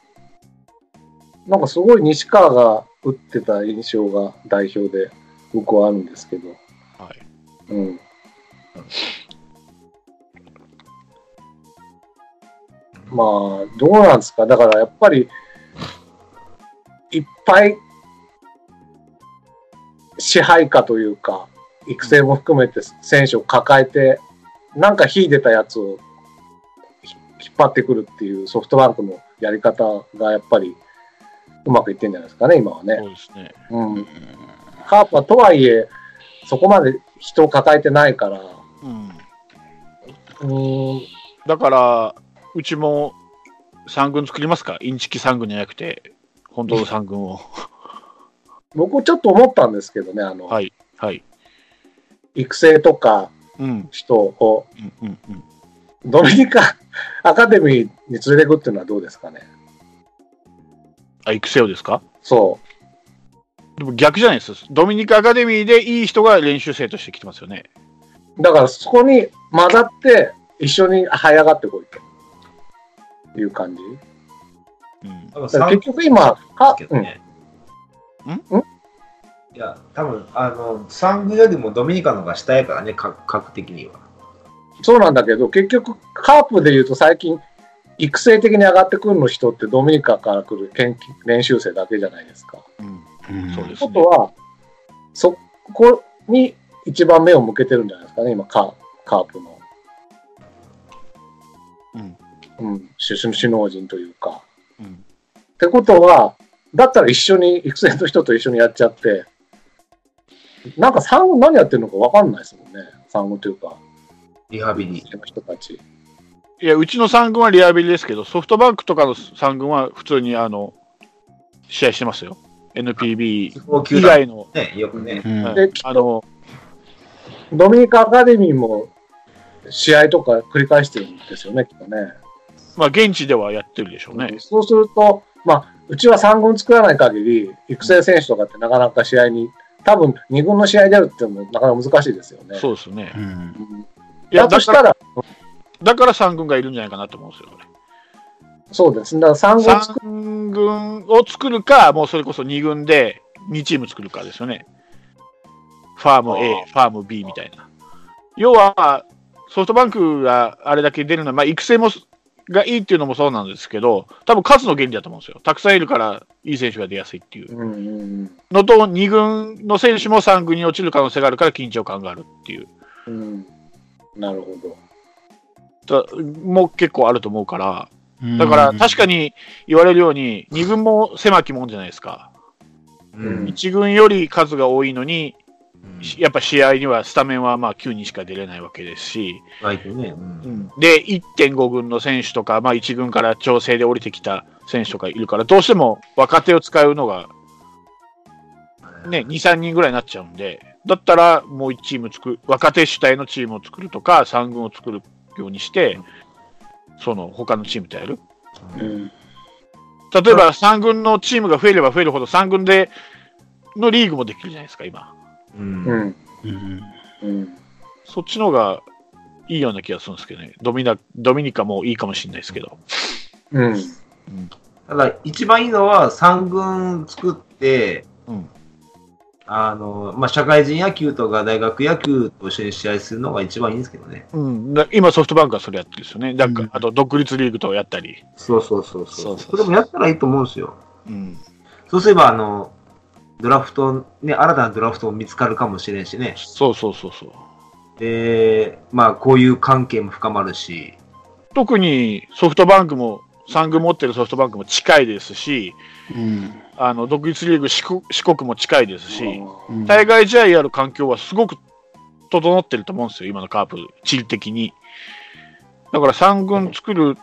Speaker 5: なんかすごい西川が打ってた印象が代表で僕はあるんですけど。
Speaker 2: はい。
Speaker 5: うん。まあ、どうなんですか。だからやっぱり、いっぱい支配下というか、育成も含めて選手を抱えて、なんか秀でたやつをひ引っ張ってくるっていうソフトバンクのやり方がやっぱりうまくいってんじゃないですかね、今はね。
Speaker 2: そうですね。
Speaker 5: うん、カープはとはいえ、そこまで人を抱えてないから、う
Speaker 2: うん。
Speaker 5: ーん、
Speaker 2: だから、うちも3軍作りますかインチキ3軍じゃなくて、本当の3軍を。
Speaker 5: 僕ちょっと思ったんですけどね、あの、
Speaker 2: はい。はい。
Speaker 5: 育成とか
Speaker 2: うん。
Speaker 5: 人を
Speaker 2: うんうんうん。
Speaker 5: ドミニカ [laughs] アカデミーに連れていくっていうのはどうですかね。
Speaker 2: あ、育成をですか
Speaker 5: そ
Speaker 2: でも逆じゃないです。ドミニクアカデミーでいい人が練習生として来てますよね。
Speaker 5: う。だからそこに混ざって一緒に這い上がってこいという感じ。
Speaker 2: うん。
Speaker 3: だ
Speaker 5: だから結局今、
Speaker 3: あ
Speaker 5: か
Speaker 3: け
Speaker 5: う
Speaker 3: ど
Speaker 5: ん、
Speaker 3: ね。いや、多分あの、サングよりもドミニカの方が下やからね、か格的には。
Speaker 5: そうなんだけど、結局、カープでいうと最近、育成的に上がってくるの人ってドミニカから来る研究練習生だけじゃないですか。
Speaker 2: うん、
Speaker 4: うん
Speaker 2: そうで
Speaker 5: と
Speaker 2: すね
Speaker 5: いうことは、そこに一番目を向けてるんじゃないですかね、今、カカープの、
Speaker 2: うん
Speaker 5: うん、首首脳陣というか。
Speaker 2: うん
Speaker 5: ってことは、だったら一緒に、育成の人と一緒にやっちゃって、なんか産後何やってるのか分かんないですもんね、産後というか、
Speaker 3: リハビリ。
Speaker 5: 育成の人たち。
Speaker 2: いや、うちの3軍はリハビリですけど、ソフトバンクとかの3軍は普通にあの試合してますよ。NPB
Speaker 3: 高級
Speaker 2: 以
Speaker 3: だ
Speaker 2: 外の。
Speaker 3: ね、よくね。
Speaker 4: うん
Speaker 2: は
Speaker 5: で
Speaker 2: いあの
Speaker 5: ドミニカ・アカデミーも試合とか繰り返してるんですよね、きっとね。
Speaker 2: まあ、現地ではやってるでしょうね。
Speaker 5: そうすると、まあ、うちは3軍作らない限り、育成選手とかってなかなか試合に、多分2軍の試合でやるってのもなかなか難しいですよね。
Speaker 2: そうですね
Speaker 4: う。ん
Speaker 5: うん
Speaker 2: いや
Speaker 5: だと
Speaker 2: だ
Speaker 5: し
Speaker 2: か
Speaker 5: た
Speaker 2: ら
Speaker 5: ら、
Speaker 2: だから3軍がいるんじゃないかなと思うんですよ、ね。
Speaker 5: そうですね、だから3軍作
Speaker 2: 3軍を作るか、もうそれこそ2軍で2チーム作るかですよね。ファーム A
Speaker 5: あ、
Speaker 2: ファーム B みたいな。要は、ソフトバンクがあれだけ出るのは、まあ、育成もすがいいっていうのもそうなんですけど、多分数の原理だと思うんですよ。たくさんいるから、いい選手が出やすいっていう
Speaker 5: うんうん
Speaker 2: のと、2軍の選手も3軍に落ちる可能性があるから緊張感があるっていう、
Speaker 5: うん、うん、なるほど。
Speaker 2: だもう結構あると思うから、だから確かに言われるように、2軍も狭きもんじゃないですか。
Speaker 3: うん。
Speaker 2: 1軍より数が多いのに、
Speaker 3: うん
Speaker 2: しやっぱ試合にはスタメンはまあ9人しか出れないわけですし、
Speaker 3: 相手ね。うん。
Speaker 2: で、1.5軍の選手とか、まあ、1軍から調整で降りてきた選手とかいるから、どうしても若手を使うのが、ね、2、3人ぐらいになっちゃうんで、だったらもう1チーム作る、若手主体のチームを作るとか、3軍を作るようにして、その他のチームとやる。
Speaker 5: うん、
Speaker 2: 例えば3軍のチームが増えれば増えるほど、3軍でのリーグもできるじゃないですか、今。
Speaker 3: うん。
Speaker 5: う
Speaker 3: うん
Speaker 5: ん、
Speaker 4: うん。
Speaker 5: うん、
Speaker 2: そっちの方がいいような気がするんですけどね。ドミナドミニカもいいかもしれないですけど。
Speaker 5: うん、
Speaker 3: ただ、一番いいのは3軍作って、
Speaker 2: うん
Speaker 3: あの、まあ、社会人野球とか大学野球と一緒に試合するのが一番いいんですけどね。
Speaker 2: うん、だ今ソフトバンクはそれやってるんですよね。だから
Speaker 4: うん
Speaker 2: あと独立リーグとやったり。
Speaker 3: そうそうそう
Speaker 2: そうそうそう
Speaker 3: それもやったらいいと思うんですよ。
Speaker 2: うん、
Speaker 3: そうすれば、あの、ドラフト、ね、新たなドラフトも見つかるかもしれんしね。
Speaker 2: そうそうそうそう。
Speaker 3: で、まあ、こういう関係も深まるし、
Speaker 2: 特にソフトバンクも、3軍持ってるソフトバンクも近いですし、
Speaker 4: うん。
Speaker 2: あの独立リーグ四国四国も近いですし、
Speaker 4: う。
Speaker 5: うん
Speaker 2: 対外試合やる環境はすごく整ってると思うんですよ、今のカープ、地理的に。だから3軍作る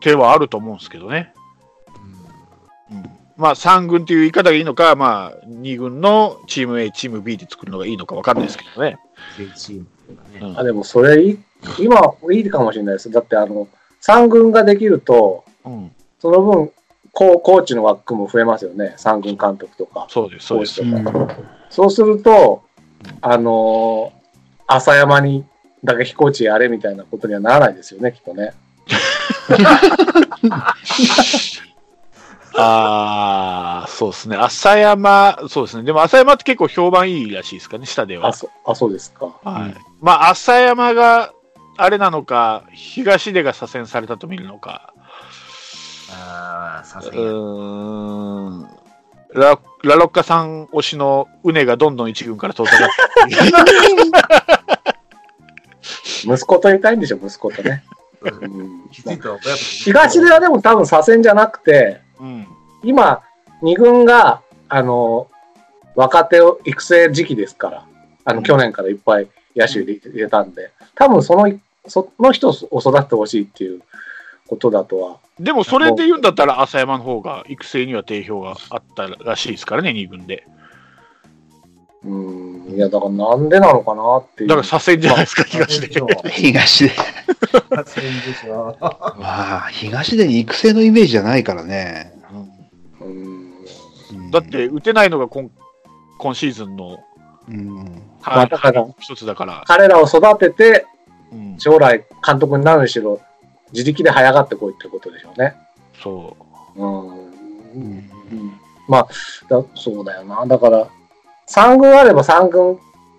Speaker 2: 手はあると思うんですけどね。まあ、3軍という言い方がいいのか、まあ、2軍のチーム A、チーム B で作るのがいいのか分かんないですけどね。
Speaker 3: 全チームとかね。
Speaker 5: あでもそれいい、今いいかもしれないです。だってあの3軍ができると、
Speaker 2: うん、
Speaker 5: その分コー、コーチの枠も増えますよね、3軍監督とか。
Speaker 2: そうです、そうです。
Speaker 5: そうすると、あのー浅山にだけ飛行地やれみたいなことにはならないですよね、きっとね。
Speaker 2: ああ、そうですね。浅山、そうですね。でも浅山って結構評判いいらしいですかね、下で
Speaker 5: あ、
Speaker 2: は。
Speaker 5: そあそうですか。
Speaker 2: はい、まあ、浅山があれなのか、東出が左遷されたと見るのか、
Speaker 3: ああ、さ
Speaker 2: う
Speaker 3: すがに。
Speaker 2: ーんラ、ラロッカさん推しのウネがどんどん一軍から遠ざかっていく
Speaker 5: [laughs] 息子と言いたいんでしょ、息子とね。うん
Speaker 3: [laughs] きついと思うやっぱ [laughs]
Speaker 5: 東出はでも多分左遷じゃなくて、
Speaker 2: うん、
Speaker 5: 今、2軍が、あのー若手を育成時期ですから、あの、
Speaker 2: うん
Speaker 5: 去年からいっぱい野手入れ入れたんで、多分その、その人を育ててほしいっていうことだとは
Speaker 2: でもそれで言うんだったら浅山の方が育成には定評があったらしいですからね、2軍で。
Speaker 5: うん、いや、だからなんでなのかなっていう。
Speaker 2: だから左遷じゃないですか、東出。
Speaker 3: でしょう。
Speaker 4: 東で。
Speaker 3: 発言でしょう。
Speaker 4: まあ、東でに育成のイメージじゃないからね。
Speaker 5: うん、
Speaker 4: うん
Speaker 2: だっ、て打てないのが今今シーズンの
Speaker 4: うん。
Speaker 5: まあだから
Speaker 2: 一つだから、
Speaker 5: 彼らを育てて、
Speaker 2: うん
Speaker 5: 将来監督になるにしろ、自力で這い上がってこいってことでしょうね。
Speaker 2: そう
Speaker 5: うん。
Speaker 4: うん
Speaker 5: まあ、だそうだよな。だから、 3軍あれば3軍、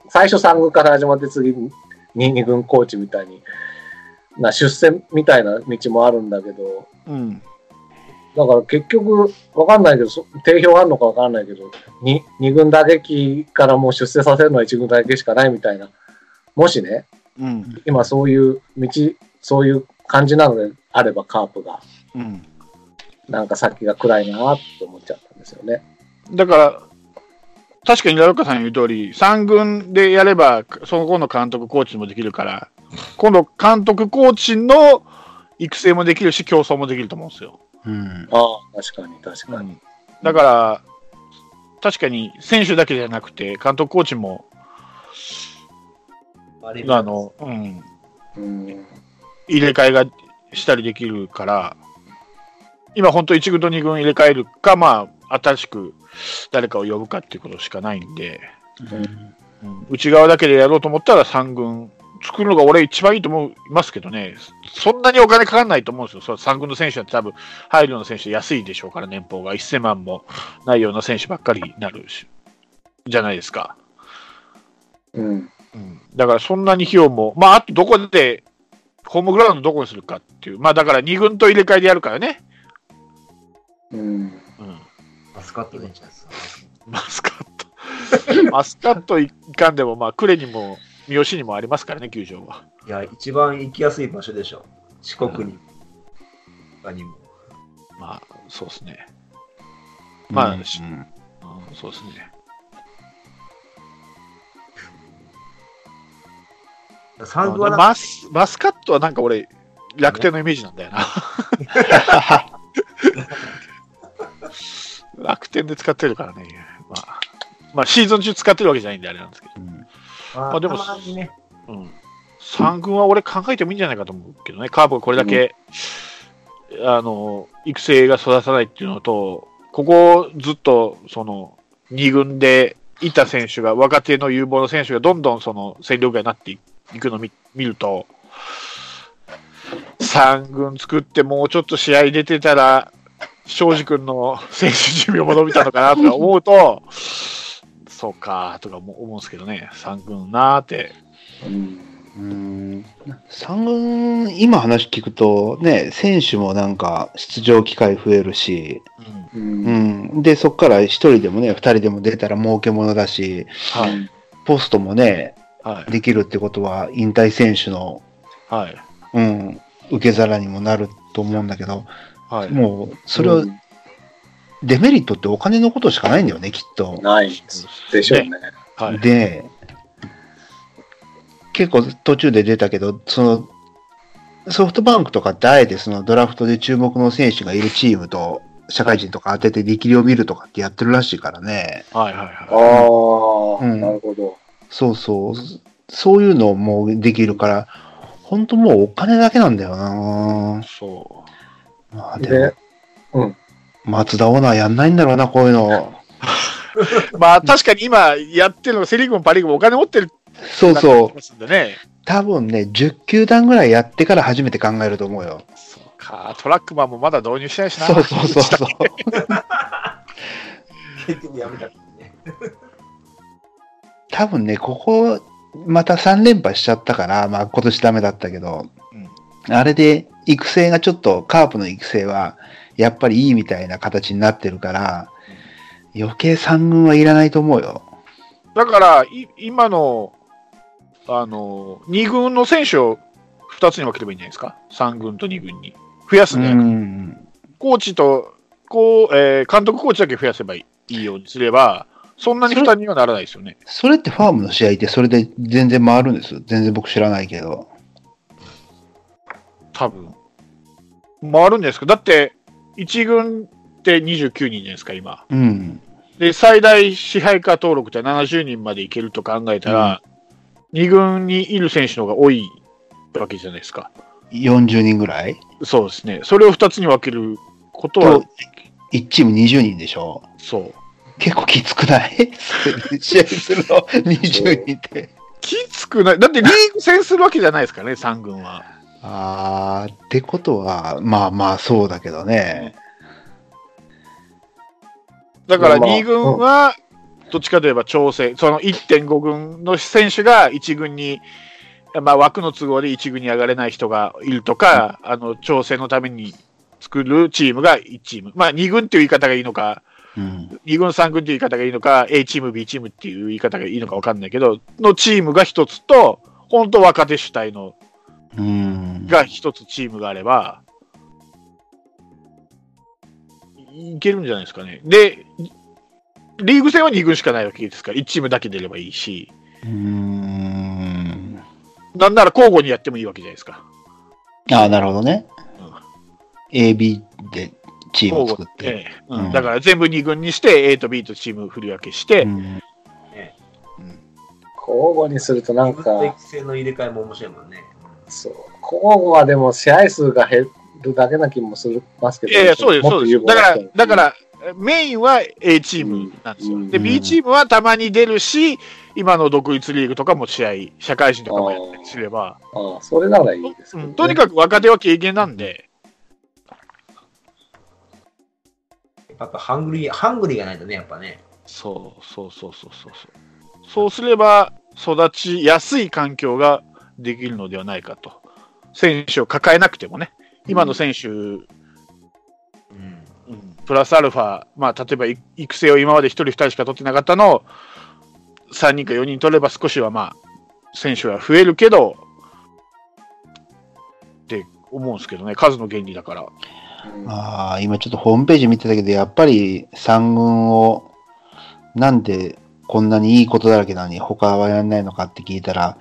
Speaker 5: 最初3軍から始まって次に2軍コーチみたいに、な出世みたいな道もあるんだけど、
Speaker 2: うん。
Speaker 5: だから結局、わかんないけど、そ定評あるのかわかんないけど、2, 二軍打撃からもう出世させるのは1軍打撃しかないみたいな、もしね、
Speaker 2: うん。
Speaker 5: 今そういう道、そういう感じなのであれば、カープが、
Speaker 2: うん。
Speaker 5: なんか先が暗いなって思っちゃったんですよね。
Speaker 2: だから、確かにラロッカさん言う通り、3軍でやれば、そこの監督、コーチもできるから、今度、監督、コーチの育成もできるし、競争もできると思うんですよ。
Speaker 4: うん。
Speaker 5: ああ、確かに確かに。
Speaker 2: だから、確かに選手だけじゃなくて、監督、コーチも、
Speaker 3: あれ
Speaker 2: あの、うん、
Speaker 5: うん
Speaker 2: 入れ替えがしたりできるから、今、本当、1軍と2軍入れ替えるか、まあ、新しく誰かを呼ぶかっていうことしかないんで。うん内側だけでやろうと思ったら3軍作るのが俺一番いいと思いますけどね、そんなにお金かかんないと思うんですよ、そ3軍の選手は多分、入るような選手安いでしょうから、年俸が1000万もないような選手ばっかりになるし、じゃないですか。
Speaker 5: うん
Speaker 2: うん、だからそんなに費用も、まあ、あとどこで、ホームグラウンドどこにするかっていう、まあだから2軍と入れ替えでやるからね、
Speaker 5: うん
Speaker 2: うん、
Speaker 3: マスカットでいいんじゃないですか
Speaker 2: マスカット、マ [laughs] スカットいかんでも、まあ、呉にも三好にもありますからね、球場は。
Speaker 3: いや、一番行きやすい場所でしょ。四国に。他にも。
Speaker 2: まあ、そうですね。まあ
Speaker 4: うん
Speaker 2: しうんそうですね。
Speaker 3: 三軍はなんか
Speaker 2: マスマスカットはなんか俺、楽天のイメージなんだ [laughs] よな。楽天で使ってるからね。まあ、まあ、シーズン中使ってるわけじゃないんであれなんですけ
Speaker 4: うん
Speaker 3: ま
Speaker 2: あでも
Speaker 3: たまにね、
Speaker 2: ど。うん。3軍は俺考えてもいいんじゃないかと思うけどね。カープがこれだけ、あの、育成が育たないっていうのと、ここずっと、その、2軍でいた選手が、若手の有望の選手がどんどんその戦力外になっていくのを見見ると、3軍作ってもうちょっと試合出てたら、庄司君の選手寿命も伸びたのかなとか思うと、そうかとか思うんですけどね、3軍なーって。
Speaker 5: うん
Speaker 4: うん三軍、今話聞くと、ね、選手もなんか出場機会増えるし、
Speaker 2: うん
Speaker 5: うん
Speaker 4: うん、で、そこから一人でもね、二人でも出たら儲け者だし、
Speaker 2: はい、
Speaker 4: ポストもね、
Speaker 2: はい、
Speaker 4: できるってことは、引退選手の、
Speaker 2: はい、
Speaker 4: うん、受け皿にもなると思うんだけど、
Speaker 2: はい。
Speaker 4: もう、それを
Speaker 5: うん
Speaker 4: デメリットってお金のことしかないんだよね、きっと。
Speaker 5: ないでしょうね。
Speaker 2: はい、
Speaker 4: で、結構途中で出たけど、その、ソフトバンクとかってあえてそのドラフトで注目の選手がいるチームと、社会人とか当てて力量を見るとかってやってるらしいからね。
Speaker 2: はい、はい、
Speaker 5: あ
Speaker 2: は。
Speaker 5: あ、
Speaker 4: うん
Speaker 5: なるほど。
Speaker 4: そうそう。そういうのもできるから、本当もうお金だけなんだよない
Speaker 2: そ
Speaker 4: まあで
Speaker 5: で
Speaker 4: も、、松田オーナーやんないんだろうな、こういうの。
Speaker 2: う。まあ、確かに今やってるのがセ・リーグもパ・リーグもお金持ってる
Speaker 4: そうそう。
Speaker 2: う。でね。
Speaker 4: 多分ね、10球団ぐらいやってから初めて考えると思うよ。
Speaker 2: そうか、トラックマンもまだ導入してないしな。
Speaker 4: [laughs] そうそうそうそう。
Speaker 3: 結局やめたけどね。
Speaker 4: 多分ね、ここ、また3連覇しちゃったから、まあ今年ダメだったけど、あれで育成がちょっと、カープの育成は、やっぱりいいみたいな形になってるから、余計3軍はいらないと思うよ。
Speaker 2: [laughs] だから、い今の、あの、2軍の選手を2つに分ければいいんじゃないですか。3軍と2軍に。増やす
Speaker 4: う
Speaker 2: ね。
Speaker 4: ん。
Speaker 2: コーチと、こう、えー監督コーチだけ増やせばいいようにすれば、そんなに負担にはならないですよね。
Speaker 4: それってファームの試合ってそれで全然回るんです全然僕知らないけど。
Speaker 2: 多分。回るんじゃないですか。だって、1軍って29人じゃないですか、今。
Speaker 4: うん。
Speaker 2: で、最大支配下登録って70人までいけると考えたら、二2軍にいる選手の方が多いわけじゃないですか。
Speaker 4: 40人ぐらい
Speaker 2: そうですね。それを2つに分けることは
Speaker 4: と、、1チーム20人でしょ
Speaker 2: そう。
Speaker 4: 結構きつくない [laughs] 試合するの20人って。
Speaker 2: きつくない。だってリーグ戦するわけじゃないですからね、3軍は。
Speaker 4: あーってことは、まあまあそうだけどね。
Speaker 2: だから
Speaker 5: まあ
Speaker 2: 2軍は、どっちかといえば調整、その1.5軍の選手が1軍に、まあ、枠の都合で1軍に上がれない人がいるとか、あの調整のために作るチームが1チーム、まあ、2軍っていう言い方がいいのか、
Speaker 4: うん。
Speaker 2: 2軍、3軍っていう言い方がいいのか、A チーム、B チームっていう言い方がいいのか分かんないけど、のチームが1つと、本当若手主体の
Speaker 4: うん。
Speaker 2: が1つチームがあれば、いけるんじゃないですかね。で、リーグ戦は2軍しかないわけですから、1チームだけ出ればいいし、
Speaker 4: うん。
Speaker 2: なんなら交互にやってもいいわけじゃないですか。
Speaker 4: ああ、なるほどね
Speaker 2: うん。
Speaker 4: AB でチームを
Speaker 2: 交
Speaker 4: 作っ
Speaker 2: 互え
Speaker 4: て。
Speaker 2: えうん
Speaker 4: うん
Speaker 2: だから全部2軍にして、A と B とチーム振り分けして、
Speaker 4: うん
Speaker 5: 交互にするとなん
Speaker 3: 自分と
Speaker 5: か、
Speaker 3: 育成の入れ替えも面白いもんね。
Speaker 5: そう。交互はでも試合数が減るだけな気もするますけど、
Speaker 2: いやいや、そうです、
Speaker 5: もっ
Speaker 2: そ
Speaker 5: と
Speaker 2: うで
Speaker 5: 有
Speaker 2: す。
Speaker 5: 望
Speaker 2: だか
Speaker 5: った
Speaker 2: ら
Speaker 5: り、
Speaker 2: だから、メインは A チームなんです
Speaker 5: う
Speaker 2: よ。
Speaker 5: ん
Speaker 2: で、B チームはたまに出るし、今の独立リーグとかも試合、社会人とかもやったりすれば、
Speaker 5: ああそれならいいですけど、
Speaker 2: う
Speaker 5: ね
Speaker 2: ん、とにかく若手は経験なんで、
Speaker 3: やっぱハングリー、ハングリーがないとね、やっぱね。
Speaker 2: そうそうそうそうそうそう。そうすれば、育ちやすい環境ができるのではないかと。選手を抱えなくてもね、今の選手、
Speaker 3: うん。
Speaker 2: プラスアルファ、まあ、例えばい育成を今まで1人、2人しか取ってなかったのを3人か4人取れば少しはまあ選手は増えるけどって思うんですけどね、数の原理だから。
Speaker 5: うん
Speaker 4: ああ、今ちょっとホームページ見てたけど、やっぱり3軍を、なんでこんなにいいことだらけなのに他はやらないのかって聞いたら、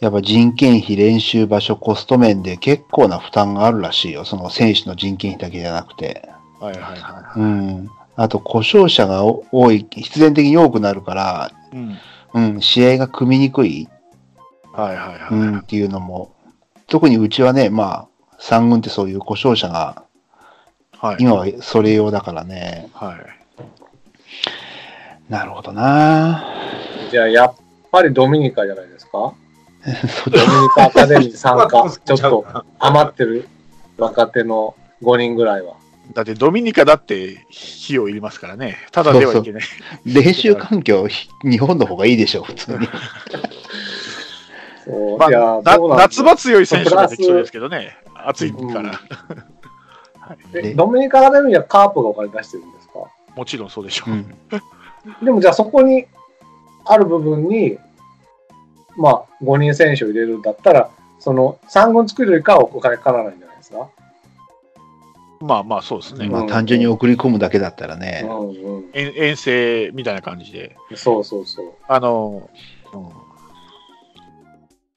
Speaker 4: やっぱ人件費、練習場所、コスト面で結構な負担があるらしいよ。その選手の人件費だけじゃなくて。
Speaker 2: はいはいは
Speaker 4: うん。あと、故障者がお多い、必然的に多くなるから、
Speaker 2: い。うん、
Speaker 4: うん、試合が組みにくい、
Speaker 2: はいはいは
Speaker 4: う
Speaker 2: い。
Speaker 4: ん、っていうのも、特にうちはね、まあ、3軍ってそういう故障者が、
Speaker 2: はい
Speaker 4: 今はそれ用だからね。
Speaker 2: はい、
Speaker 4: なるほどな [laughs]
Speaker 5: じゃあやっぱりドミニカじゃないですか
Speaker 4: そっ
Speaker 5: ドミ
Speaker 4: ち
Speaker 5: ニカアカデミー参加
Speaker 2: [laughs]
Speaker 3: まあ
Speaker 5: ちょっと余ってる若手の5人ぐらいは
Speaker 2: だってドミニカだって費用いりますからね、ただではいけない。
Speaker 4: 練習環境、ひ日本の方がいいでしょ、普通に。
Speaker 5: そう
Speaker 2: まあ
Speaker 5: いや
Speaker 2: な
Speaker 5: どうなん
Speaker 2: 夏場
Speaker 5: だ
Speaker 2: 強い選手ができそうですけどね、暑いから、
Speaker 5: えドミニカアカデミーはカープがお金出してるんですか
Speaker 2: もちろんそうでしょう。
Speaker 4: うん。
Speaker 5: でもじゃあそこにある部分に、まあ、5人選手を入れるんだったら、その3軍作るよりかはお金かからないんじゃないですか。
Speaker 2: まあまあ、そうですね、
Speaker 5: うん
Speaker 4: まあ、単純に送り込むだけだったらね。
Speaker 5: うんうん、
Speaker 2: 遠遠征みたいな感じで。
Speaker 5: そうそうそう。
Speaker 2: あの、うん、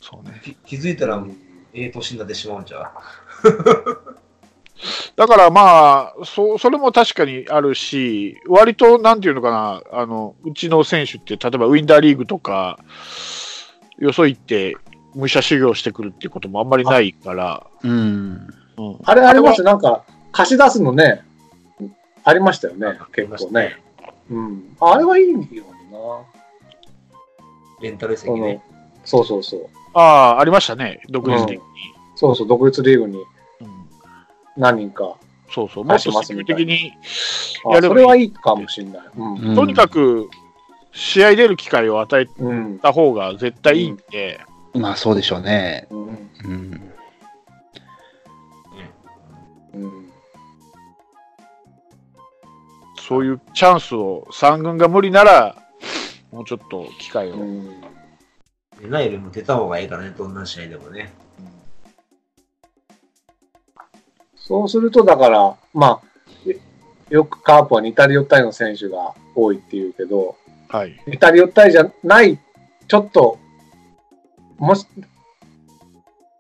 Speaker 2: そうね。
Speaker 3: 気気づいたら、ええ年になってしまうんじゃう。
Speaker 2: だからまあ、そそれも確かにあるし、割となんていうのかな、あのうちの選手って、例えばウィンターリーグとか、よそ行って、武者修行してくるっていうこともあんまりないから、
Speaker 4: うん。
Speaker 2: うん、
Speaker 5: あれありますよなんか、貸し出すのね、ありましたよね、結構ね。。うん、あれはいいよな。
Speaker 3: レンタル席
Speaker 5: そ
Speaker 3: ね
Speaker 5: の。そうそうそう。
Speaker 2: ああ、ありましたね、独立的に。
Speaker 5: そうそう、独立リーグに
Speaker 2: うん
Speaker 5: 何人か。
Speaker 2: そうそう、もっと積極的に
Speaker 5: あ
Speaker 2: やれ
Speaker 5: そ
Speaker 2: ばい
Speaker 5: れ
Speaker 2: い。
Speaker 5: はいいかもしれない。うん。
Speaker 4: うん
Speaker 2: とにかく、試合出る機会を与え
Speaker 5: うん。
Speaker 2: た方が絶対いいんで、
Speaker 4: まあ、そうでしょうね。
Speaker 5: うん。
Speaker 4: うん。
Speaker 5: うん。
Speaker 2: そういうチャンスを3軍が無理なら、もうちょっと機会を。
Speaker 5: うん
Speaker 3: 出ないよりも出た方がいいからね、どんな試合でもね。
Speaker 5: そうすると、だから、まあ、よよくカープは似たり寄ったりの選手が多いっていうけど、
Speaker 2: はい。
Speaker 5: 似たり寄ったりじゃない、ちょっと、もし、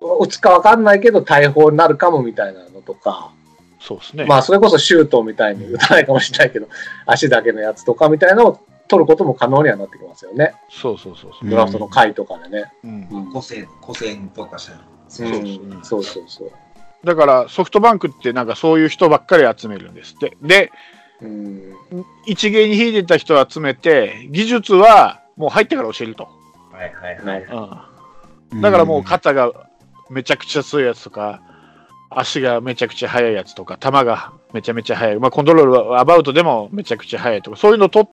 Speaker 5: 打つか分かんないけど、大砲になるかもみたいなのとか、
Speaker 2: そうですね。
Speaker 5: まあ、それこそシュートみたいに打たないかもしれないけど、足だけのやつとかみたいなのを取ることも可能にはなってきますよね、
Speaker 2: そうそうそうそう。
Speaker 5: ドラフトの回とかでね。
Speaker 2: うん
Speaker 5: うん
Speaker 3: 個性、個性に特化したの。そううそうん
Speaker 5: そうそうそう。
Speaker 2: だから、ソフトバンクってなんかそういう人ばっかり集めるんですって。で、
Speaker 5: うん
Speaker 2: 一芸に秀でた人を集めて、技術はもう入ってから教えると。
Speaker 3: はいはいは。
Speaker 5: ないるほ
Speaker 2: だからもう肩がめちゃくちゃ強いやつとか、足がめちゃくちゃ速いやつとか、球がめちゃめちゃ速い、まあ、コントロールはアバウトでもめちゃくちゃ速いとか、そういうのを取っ